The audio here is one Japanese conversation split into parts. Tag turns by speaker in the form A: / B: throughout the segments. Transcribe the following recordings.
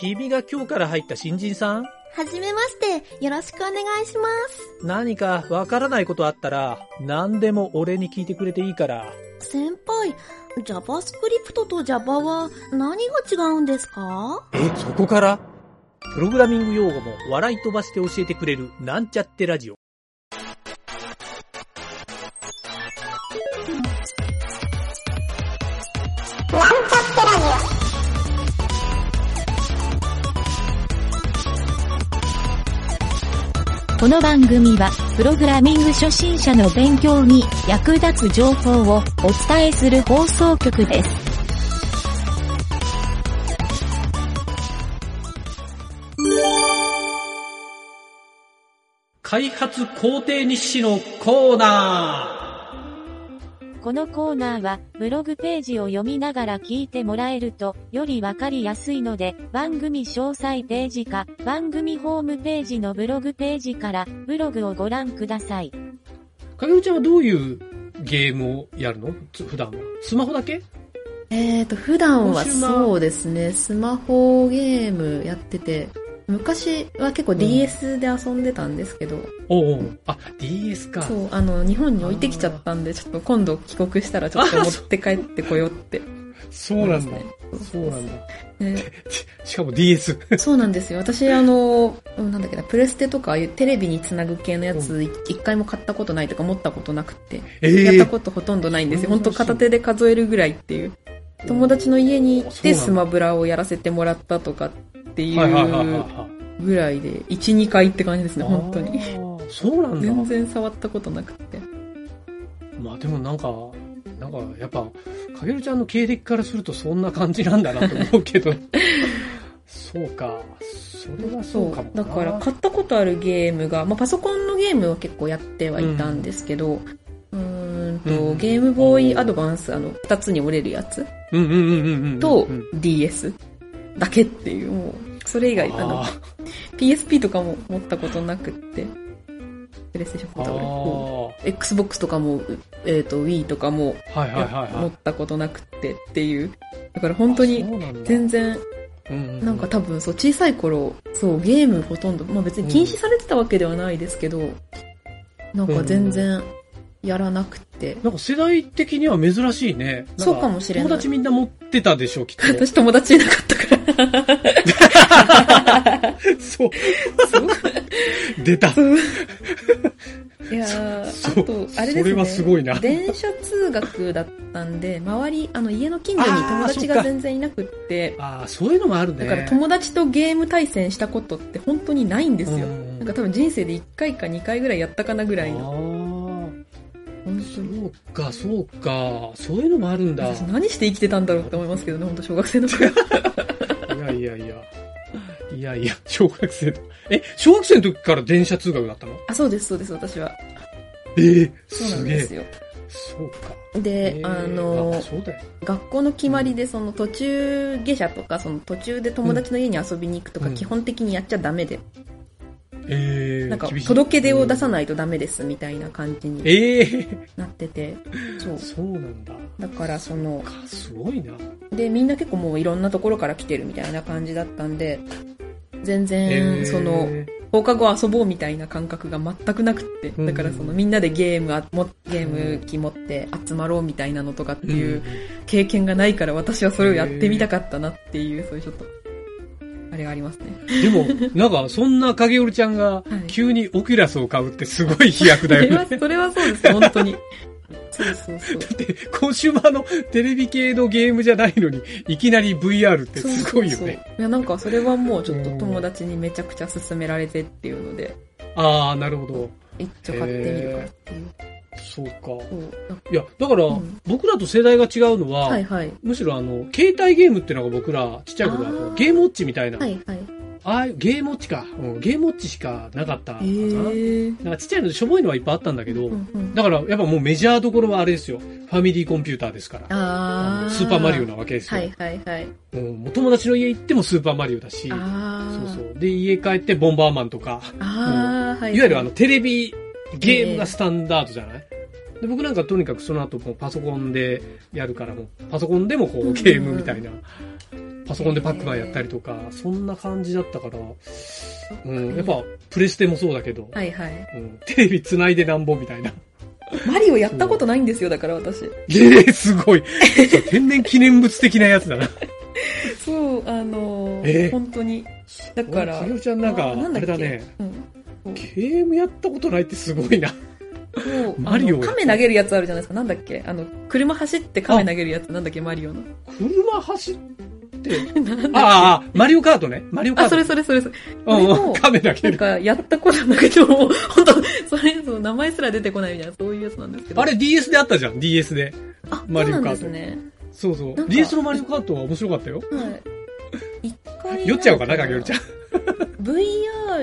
A: 君が今日から入った新人さん
B: はじめまして、よろしくお願いします。
A: 何かわからないことあったら、何でも俺に聞いてくれていいから。
B: 先輩、JavaScript と Java は何が違うんですか
A: え、そこからプログラミング用語も笑い飛ばして教えてくれる、なんちゃってラジオ。
C: この番組は、プログラミング初心者の勉強に役立つ情報をお伝えする放送局です。
A: 開発工程日誌のコーナ
C: このコーナーは、ブログページを読みながら聞いてもらえると、よりわかりやすいので、番組詳細ページか、番組ホームページのブログページから、ブログをご覧ください。
A: ーかげるちゃんはどういうゲームをやるのつ普段は。スマホだけ
D: えーと、普段は
A: 今週は
D: そうですね、スマホゲームやってて、昔は結構 DS で遊んでたんですけど、
A: おうおう。あ、DS か。
D: そう、あの、日本に置いてきちゃったんで、ちょっと今度帰国したらちょっと持って帰ってこよ うって
A: そう
D: 思い
A: な
D: ま
A: ん
D: す
A: だ
D: ね。。
A: そうなんだ。
D: ね
A: しかも DS。
D: そうなんですよ。私、あの、うんなんだっけな、プレステとか、ああいうテレビにつなぐ系のやつ、一回も買ったことないとか持ったことなくて、や
A: え
D: ったことほとんどないんですよ。
A: そう
D: 本当片手で数えるぐらいっていう。友達の家に行っ
A: そう
D: て
A: なんだ
D: スマブラをやらせてもらったとかってい
A: はいはいはいはいうは
D: ぐらいで、1、2回って感じです
A: い。
D: ね、本当に。
A: あー。そうなんだ。
D: 全然触ったことなくて。
A: まあでもなんか、なんかやっぱ、かげるちゃんの経歴からするとそんな感じなんだなと思うけ ど。そうか。それはそうかもな。
D: だから買ったことあるゲームが、まあ、パソコンのゲームは結構やってはいたんですけど、うーん
A: う
D: と
A: ん
D: ゲームボーイアドバンス、あの、2つに折れるやつ
A: うんうんうんうんうん。
D: と
A: うん
D: DS だけっていう、もう、それ以外、あの
A: あ、
D: PSP とかも持ったことなくって、プレイステーション
A: ー
D: ポータブルうん
A: は
D: Xbox とかも、えっ、と、Wii とかも
A: いはいはいは
D: 持
A: い。
D: ったことなくってっていう、だから本当
A: あ
D: に
A: そうなんだ
D: 全然
A: うん
D: なんか多分そう小さい頃そうゲームほとんど、まあ、別に禁止されてたわけではないですけど、なんか全然やらなくて、
A: なんか世代的には珍しいね。なん
D: そうかもしれない
A: 友達みんな持ってたでしょ、きっ と。
D: 私友達いなかった から
A: そう。
D: そう
A: 出た。
D: そういやー
A: そ
D: あと
A: う
D: あれですね
A: それはすごいな
D: 電車通学だったんで周りあの家の近所に友達
A: あーそっか
D: が全然いなくって
A: ああ、そういうのもあるね。
D: だから友達とゲーム対戦したことって本当にないんですよ、
A: うん
D: なんか多分人生で1回か2回ぐらいやったかなぐらいの
A: の。
D: 本当
A: そ
D: に
A: うか、そうか。そういうのもあるんだ。
D: 私何して生きてたんだろうって思いますけどね、本当小学生の頃。
A: いやいやいや。いやいや、小学生だ。え、小学生の時から電車通学だったの
D: あ、そうです、そうです、私は。
A: ええ
D: そうな
A: す
D: ん
A: げ
D: です
A: え。
D: よ。
A: そうか。
D: で、
A: ええ
D: あの
A: あ、そうだよ。
D: 学校の決まりで、その途中下車とか、その途中で友達の家に遊びに行くとか、
A: うん
D: 基本的にやっちゃダメで、
A: ええ
D: なんか届け出を出さ
A: い。
D: ないとダメです、みたいな感じに
A: ええ
D: なってて、そう。
A: そうなんだ。
D: だから、その、
A: かすごいな。
D: で、みんな結構もういろんなところから来てるみたいな感じだったんで、全
A: え
D: 然、
A: え
D: その、放課後遊ぼうみたいな感覚が全くなくって、
A: うん
D: だからそのみんなでゲームあもゲーム機持って集まろうみたいなのとかってい
A: ん
D: う経験がないから私はそれをやってみたかったなっていう、そういうちょっと、あれがありますね。
A: でも、なんか、そんな影織ちゃんが
D: は、い
A: 急にオキュラスを買うってすごい飛躍
D: そ
A: だ
D: れ
A: よ
D: は、
A: ね。
D: それはそうです、本当に。そうそうそう。
A: で、コンシューマーのテレビ系のゲームじゃないのに、いきなり VR って
D: そ う
A: す
D: そ
A: ご
D: う
A: いよ
D: そう
A: ね。
D: いや、なんかそれはもうちょっと友達にめちゃくちゃ勧められてっていうので、
A: ああ、なるほど。
D: 一応買ってみるかっていう。
A: そうか。
D: そう
A: いや、だから、
D: うん
A: 僕らと世代が違うのは、
D: はいはい。
A: むしろあの、携帯ゲームっていうのが僕ら、ちっちゃい頃は
D: あー
A: ゲームウォッチみたいな、
D: はいはい。
A: ああいうゲームウォッチか、うん、ゲームウォッチしかなかったかな。
D: えー。
A: なんかちっちゃいのでしょぼいのはいっぱいあったんだけど、
D: うんうん
A: だからやっぱもうメジャーどころはあれですよ。ファミリーコンピューターですから。
D: あ
A: あの
D: ー
A: スーパーマリオなわけです
D: は
A: よ、
D: いはいはい。
A: うんお友達の家行ってもスーパーマリオだし、
D: あ
A: そう
D: あ。
A: そう。で、家帰ってボンバーマンとか、
D: ああ、はい。
A: いわゆるあの、テレビゲームがスタンダードじゃない、で僕なんかとにかくその後もうパソコンでやるからもうパソコンでもこ
D: うんう
A: うんゲームみたいな、パソコンでパックマンやったりとか、そんな感じだったから、うん、やっぱ、プレステもそうだけど、
D: はいはい。
A: うん、テレビ繋いでなんぼみたいな。
D: マリオやったことないんですよ、だから私。
A: えー、すご い。そう天然記念物的なやつだな。
D: そう、あのー
A: えー
D: 本当に。だから、
A: かよちゃんなんか、
D: あ
A: あ
D: なんだ
A: れ
D: っけ
A: だね。
D: うん
A: ゲームやったことないってすごいな。
D: そう
A: マリオや
D: あの
A: った
D: 亀投げるやつあるじゃないですか。なんだっけあの、車走って亀投げるやつ、なんだっけマリオの。
A: 車走って、
D: なんだっ
A: ああ、マリオカートね。マリオ
D: け
A: カー
D: あ、
A: ト。
D: それそれそれそれ。
A: うん
D: そうれ
A: ん。
D: を
A: カメラ
D: な
A: け
D: ん
A: る。
D: か、やったことなくても、本当それ、その名前すら出てこないみたいな、そういうやつなんですけど。
A: あれ DS であったじゃん、DS で。
D: あ、
A: マリオカート
D: そうなんですね。
A: そうそう
D: なん。か
A: DS のマリオカートは面白かったよ。
D: はい。一回。
A: 酔っちゃうかな、かけるちゃん。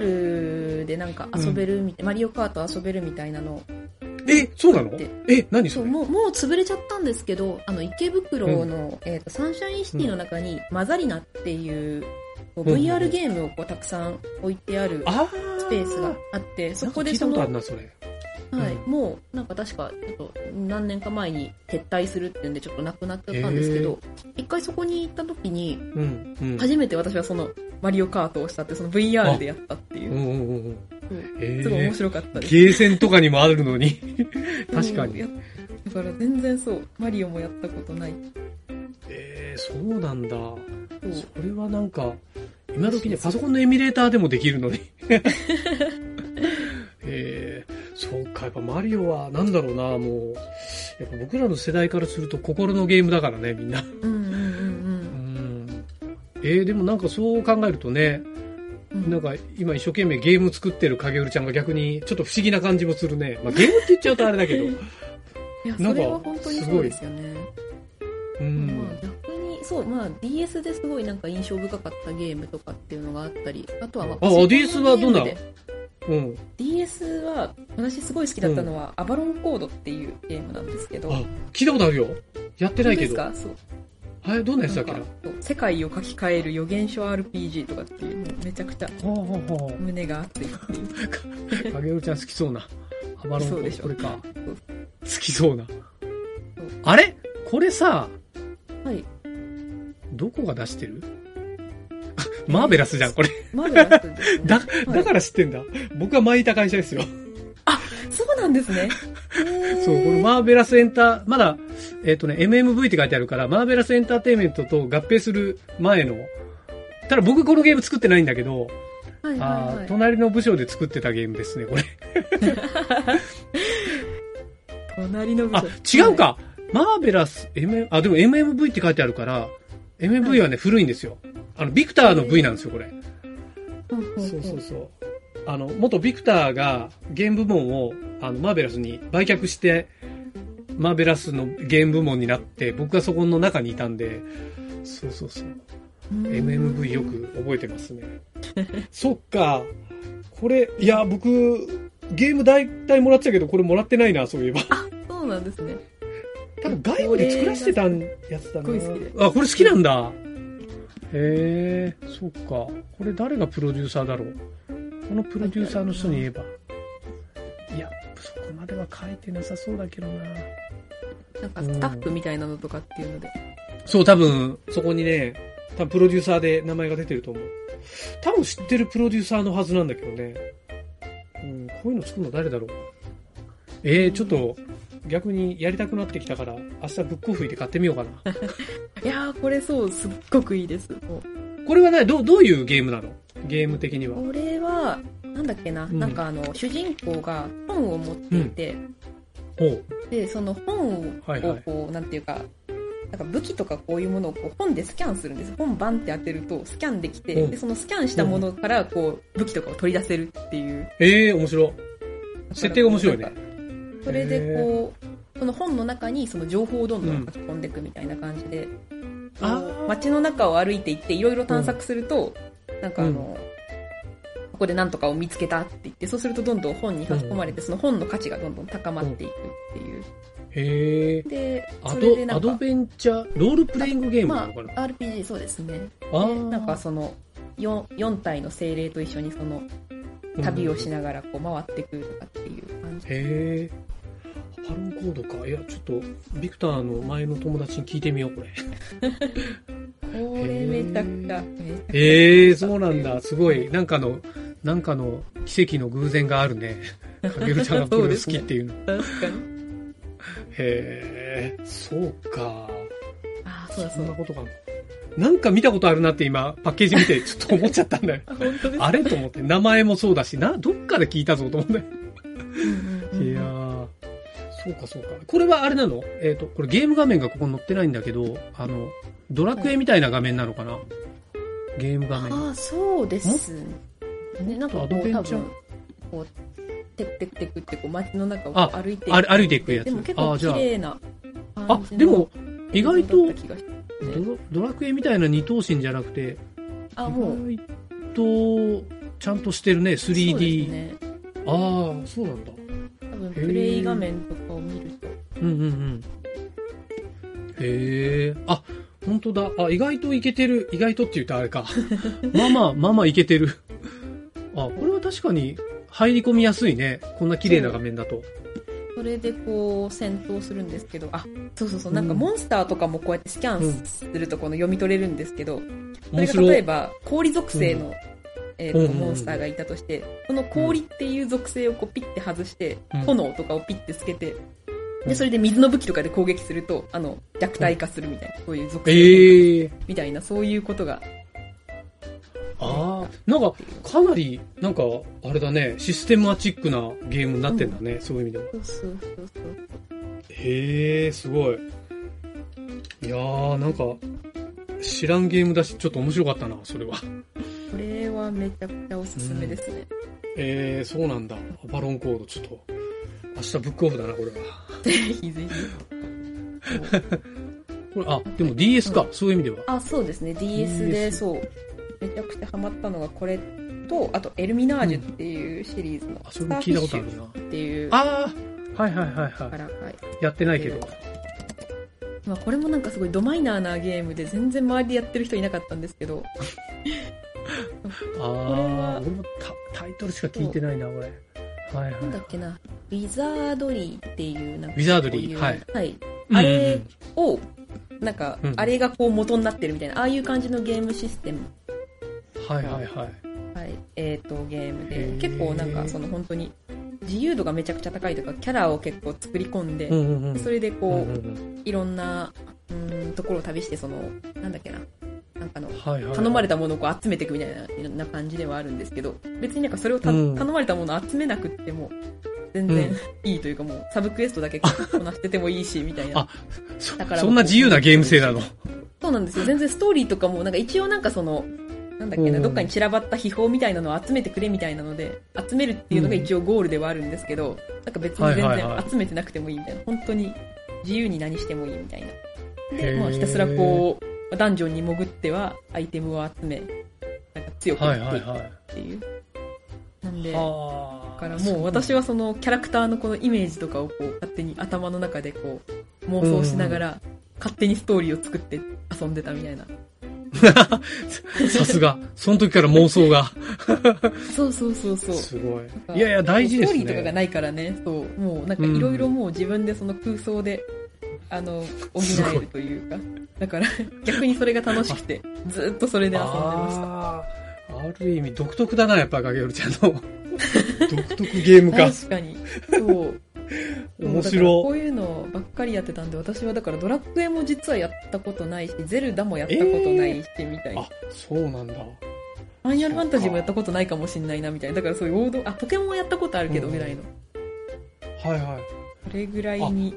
D: VR でなんか遊べるみたい、マリオカート遊べるみたいなの。
A: え、そうなの
D: だって
A: え、何
D: そ、
A: そうれ
D: もう、もう潰れちゃったんですけど、あの、池袋の、えっ、と、サンシャインシティの中に、マザリナっていう、こ
A: う
D: う
A: ん
D: VR ゲームをこうたくさん置いてある
A: あ
D: スペースがあって、そこでそ
A: なん
D: の、
A: か聞いたことある
D: は
A: な、それ。ん
D: い、もう、なんか確か、ちょっと、何年か前に撤退するっていうんで、ちょっとなくなっちゃったんですけど、一回そこに行った時に、
A: うん。うん。
D: 初めて私はその、マリオカートをしたって、その VR でやったっていうう、
A: んうんうんうん。え
D: すごい面白かったです。
A: ゲーセンとかにもあるのに。確かに
D: うん。だから全然そう、マリオもやったことない。
A: えー、そうなんだ。
D: そう
A: それはなんか、今時ね、パソコンのエミュレーターでもできるの に。えー、そうか、やっぱマリオはなんだろうな、もう、やっぱ僕らの世代からすると心のゲームだからね、みんな。
D: うんうんうん
A: うん。えー、でもなんかそう考えるとね、
D: うんうん。
A: なんか今一生懸命ゲーム作ってる影るちゃんが逆にちょっと不思議な感じもするね。まあゲームって言っちゃうとあれだけど。
D: いや、
A: なん
D: そ
A: か
D: れは本当にそうですよね。
A: う
D: まあ
A: ん。
D: 逆に、そう、まあ DS ですごいなんか印象深かったゲームとかっていうのがあったり、あとはまあ
A: あ
D: パソコンの
A: DS はどんな
D: ゲームで
A: うん。
D: ?DS は私すごい好きだったのは、アバロンコードっていうゲームなんですけど。
A: あ、聞いたことあるよ。やってないけど。
D: 本当ですかそう。
A: はい、どんなやつだっけ
D: な
A: なん
D: かそう世界を書き換える予言書 RPG とかっていう、もうめちゃくちゃ
A: ほうほうほう。
D: 胸が熱いっていう。
A: 影るちゃん好きそうな。ハバロン
D: そう
A: コ
D: でしょ
A: これか。
D: そう
A: 好きそうな。あれこれさ、
D: はい。
A: どこが出してるあマーベラスじゃん、これ。
D: マルラスです、ね。
A: だ、
D: はい
A: だから知ってんだ。僕は前いた会社です よ。
D: そうなんですね。
A: そう、このマーベラスエンター、まだ、えっ、とね、MMV って書いてあるから、マーベラスエンターテインメントと合併する前の、ただ僕このゲーム作ってないんだけど、
D: はい
A: あ
D: はい
A: ー
D: はい。
A: 隣の部署で作ってたゲームですね、これ。
D: 隣の部
A: あ、違うか、マーベラス、M、あ、でも MMV って書いてあるから、MMV はね、古いんですよ。あの、ビクターの V なんですよ、これ。
D: はい。んんん
A: そうそうそう。あの、元ビクターがゲーム部門を、あの、マーベラスに売却して、マーベラスのゲーム部門になって、僕がそこの中にいたんで、そうそうそう。MMV よく覚えてますね。 そっか。これ、いや、僕、ゲーム大体もらってたけど、これもらってないな、そういえば。
D: そうなんですね。
A: 多分外部で作らせてたやつだな。
D: これがすっごい好き
A: あ、これ好きなんだ。へえ、そっか。これ誰がプロデューサーだろう。このプロデューサーの人に言えば。いや、そこまでは書いてなさそうだけどな。
D: なんかスタッフみたいなのとかっていうので。
A: そう、多分、そこにね、多分プロデューサーで名前が出てると思う。多分知ってるプロデューサーのはずなんだけどね。うん、こういうの作るの誰だろう。えー、ちょっと、逆にやりたくなってきたから、明日ブックオフ行って買ってみようかな。
D: いやー、これそう、すっごくいいです。もう
A: これはね、どう、どういうゲームなのゲーム的には。
D: これは、なんだっけな、
A: うん
D: なんかあの、主人公が本を持っていて、
A: ほう。
D: で、その本をこう、
A: はいはい
D: なんていうか、なんか武器とかこういうものをこう本でスキャンするんです。本番って当てるとスキャンできて、
A: うん
D: で、そのスキャンしたものからこう、武器とかを取り出せるっていう。
A: ええ面白い。設定が面白いね。
D: それでこう、その本の中にその情報をどんどん書き込んでいくみたいな感じで、こう
A: あー
D: 街の中を歩いていっていろいろ探索すると、なんかあの、ここで何とかを見つけたって言って、そうするとどんどん本に書き込まれて、その本の価値がどんどん高まっていくっていう。
A: へえ。
D: で、
A: ア
D: それ
A: ド、
D: でな
A: ア
D: んか、
A: ドベンチャー、ロールプレイングゲーム
D: ま
A: な
D: あ
A: のかな、
D: RPG そうですね。
A: あ
D: で、
A: ー
D: なんかその、4, 四体の精霊と一緒にその旅をしながらこう回ってくるとかっていう感じ。
A: へえ。ハロン コードか。いや、ちょっと、ビクターの前の友達に聞いてみよう、これ。
D: これめちゃくちゃ、めちゃくちゃ
A: ええそうなんだ。すごい。なんかの、なんかの奇跡の偶然がある ね。かけるちゃんがこれを好きっていうの。
D: 確かに。
A: へえ、そうか。
D: ああ、そうだ
A: そ
D: そうんだ
A: な。ことがある。なんか見たことあるなって今、パッケージ見 てちょっと思っちゃったんだよ。
D: 本当です
A: あれと思って。名前もそうだし、な、どっかで聞いたぞと思って。いやーそうかそうか。これはあれなのえっ、と、これゲーム画面がここに載ってないんだけど、あの、ドラクエみたいな画面なのかなゲーム画面。
D: ああ、そうですね。なんかこ
A: アドベ
D: う、多
A: ンチャー
D: 分、こう、テクテクテクってこう街の中を
A: あ
D: こう歩いていく
A: あれ歩いていくやつ。
D: でも結
A: あ
D: 構
A: ー
D: 綺
A: じゃあ
D: 麗な
A: あ
D: 感じの
A: でも、意外と
D: 映像だった気がし
A: ドラドラクエみたいな二頭身じゃなくて、
D: あ、もう、
A: 意外と、ちゃんとしてるね、
D: そうです
A: 3D。
D: ね。
A: ああ、そうなんだ。
D: 多分、プレイ画面とかを見ると。
A: うんうんうん。へえ。あ、本当だ。あ、意外といけてる。意外とって言ったらあれか。 まあまあ、まあまあいけてる。あ、これは確かに入り込みやすいね。こんな綺麗な画面だと。
D: それでこう戦闘するんですけど、あ、そうそうそう、なんかモンスターとかもこうやってスキャンするとこの読み取れるんですけど、
A: 面
D: それが例え
A: 白い。
D: ば氷属性の、えー
A: うんうん
D: と
A: うん
D: モンスターがいたとして、その氷っていう属性をこうピッて外して、
A: うん
D: 炎とかをピッてつけて、
A: うん
D: で、それで水の武器とかで攻撃すると、あの、弱体化するみたいな、そういう属性の
A: ええ
D: みたいな、そういうことが。
A: ああ、なんか、かなり、なんか、あれだね、システマチックなゲームになってんだね、そういう意味でも。
D: そうそうそうそう。
A: へえ、すごい。いやー、なんか、知らんゲームだし、ちょっと面白かったな、それは。
D: これはめちゃくちゃおすすめですね。
A: えー、そうなんだ。アバロンコード、ちょっと、明日ブックオフだな、これは。
D: ぜ ひぜひ。そう
A: これ、あ、でも DS か、そういう意味では。
D: あ、そうですね。DS で、
A: DS
D: そう。めちゃくちゃハマったのがこれと、あと、エルミナージュっていうシリーズの、
A: あ、それも
D: スターフ
A: 聞い
D: ィ
A: た
D: ッ
A: こ
D: シ
A: とある
D: ュ
A: な。
D: っていう
A: あー、はいはいはい
D: か
A: は
D: ら、はい。
A: い。やってないけど。
D: まあ、これもなんかすごいドマイナーなゲームで全然周りでやってる人いなかったんですけど、
A: あー、俺もタタイトルしか聞いてないな、これ。はいはい。
D: なんだっけな、ウィザードリーっていうなんか
A: ウィザードリー
D: こうう
A: はい。
D: はい。
A: うん
D: あ
A: うんうん
D: れを、なんか
A: うん、
D: あれがこう元になってるみたいな、ああいう感じのゲームシステム、
A: はいはいはい。
D: はい、えっ、と、ゲーム
A: へ
D: で
A: ー、
D: 結構なんかその本当に自由度がめちゃくちゃ高いとか、キャラを結構作り込んで、
A: うんうんうん。
D: それでこ
A: う
D: う、
A: んうんうん
D: いろんな、うーん、ところを旅して、その、なんだっけな、なんかの、
A: はいはい。
D: 頼まれ
A: た。
D: たものをこう集めていくみたいなな感じではあるんですけど、別になんかそれをた、
A: うん
D: 頼まれたものを集めなくっても、全
A: う
D: 然いいというかもう、サブクエストだけこなしててもいいし、みたい
A: あ
D: な。
A: そ
D: だから
A: そんな自由なゲーム性なの。
D: そうなんですよ。全然ストーリーとかも、なんか一応なんかその、なんだっけ
A: う
D: な、
A: ん
D: どっかに散らばった秘宝みたいなのを集めてくれみたいなので、集めるっていうのが一応ゴールではあるんですけど、なんか別に全
A: はいはいは
D: 然
A: い
D: 集めてなくてもいいみたいな。本当に自由に何してもいいみたいな。
A: へー
D: まあ、ひたすらこう、ダンジョンに潜っては、アイテムを集め、なんか強く
A: は
D: な
A: はい
D: いっていく
A: は
D: っていう。なんで、
A: い。
D: だ
A: はあ。
D: からもう私はそのキャラクターのこのイメージとかをこう、勝手に頭の中でこう、妄想しながら、勝手にストーリーを作って遊んでたみたいな。
A: さすが。その時から妄想が。
D: そうそうそうそう。
A: すごい
D: なんか。
A: いやいや、大事です
D: ストーリーとかが
A: ね。
D: ないからね、そう、もうなんかいろいろもう自分でその空想で、あの、補
A: すご
D: え
A: い
D: るというか、だから逆にそれが楽しくて、ずっとそれで遊んでました。
A: ああーある意味独特だな、やっぱ、影るち ゃんの。独特ゲームか。
D: 確かに。そう。
A: 面
D: だからこ
A: 白
D: ういうのばっかりやってたんで、私はだからドラクエも実はやったことないし、ゼルダもやったことないし、みたい
A: い。
D: な。
A: あ、そうなんだ。
D: ファイナルファンタジーもやったことないかもしんないな、みたいな。だからそういう王道、あ、ポケモンはやったことあるけど、
A: うん
D: ぐらいの。
A: はいはい。
D: それぐらいに。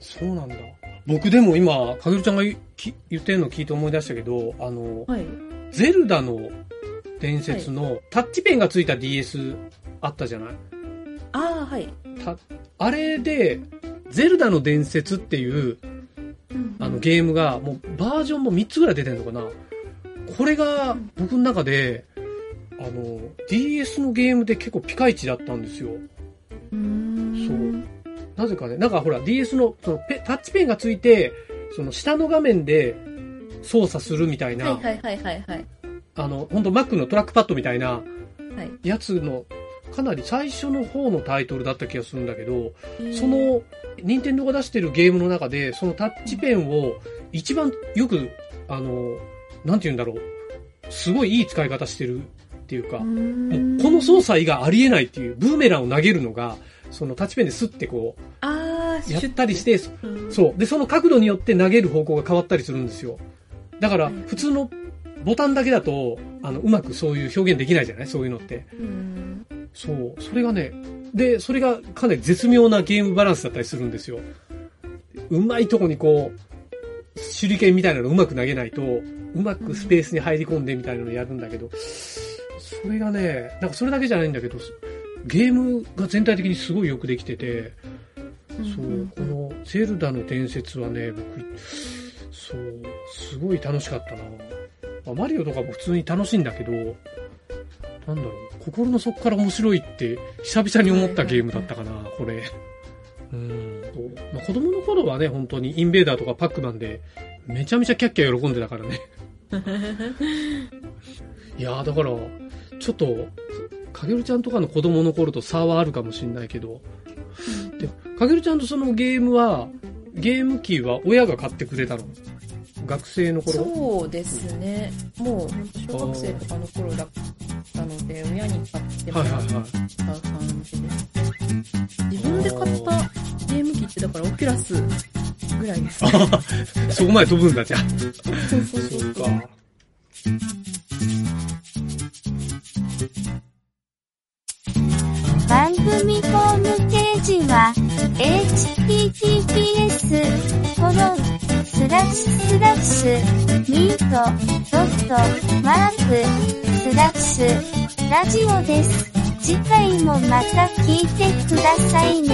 A: そうなんだ。僕でも今、かぐるちゃんが言き言ってるの聞いて思い出したけど、あの、
D: はい。
A: ゼルダの伝説のタッチペンがついた DS あったじゃない
D: ああ、はい。
A: たあれで、ゼルダの伝説っていう
D: うん
A: あのゲームが、もうバージョンも3つぐらい出てるのかな。これが僕の中で、あの、DS のゲームで結構ピカイチだったんですよ。
D: うーん
A: なぜかね、なんかほら DS のそのペタッチペンがついて、その下の画面で操作するみたいな、
D: はいはいはいはいはい。
A: あの、本当 Mac のトラックパッドみたいな
D: はい
A: やつの、かなり最初の方のタイトルだった気がするんだけど、そ、の、任天堂が出してるゲームの中で、そのタッチペンを一番よく、あの、なんて言うんだろう。すごいいい使い方してるっていうか、もうこ
D: こ
A: の操作以外ありえないっていう、ブーメランを投げるのが、そのタッチペンでスッてこ
D: あ
A: う、
D: ー
A: やったりして、
D: うん
A: そう。で、その角度によって投げる方向が変わったりするんですよ。だから、普通のボタンだけだと、あの、うまくそういう表現できないじゃないそういうのって。
D: うん
A: そう。それがね、で、それがかなり絶妙なゲームバランスだったりするんですよ。うまいとこにこう、手裏剣みたいなのうまく投げないと、うまくスペースに入り込んでみたいなのやるんだけど、それがね、なんかそれだけじゃないんだけど、ゲームが全体的にすごいよくできてて、そ
D: うんう、
A: うんこのゼルダの伝説はね、僕、そう、すごい楽しかったな。まあマリオとかも普通に楽しいんだけど、なんだろう、心の底から面白いって、久々に思ったゲームだったかな、これ。うん。まあ、子供の頃はね、本当にインベーダーとかパックマンで、めちゃめちゃキャッキャ喜んでたからね。いやー、だから、ちょっと、かげるちゃんとかの子供の頃と差はあるかもしれないけど、でかげるちゃんとそのゲームは、ゲーム機は親が買ってくれたの学生の頃
D: そうですね。もう、小学生とかの頃だったので、親に買っても
A: はい
D: ら
A: は
D: っ
A: い
D: た
A: は
D: 感
A: い。
D: じです。自分で買ったゲーム機って、だからオキュラスぐらいですね。
A: そこまで飛ぶんだ、じゃあ。
D: そうそうそう
A: そうか。
E: 番組ホームページは https コロンスラッシュスラッシュミートドットマークスラッシュラジオです。次回もまた聞いてくださいね。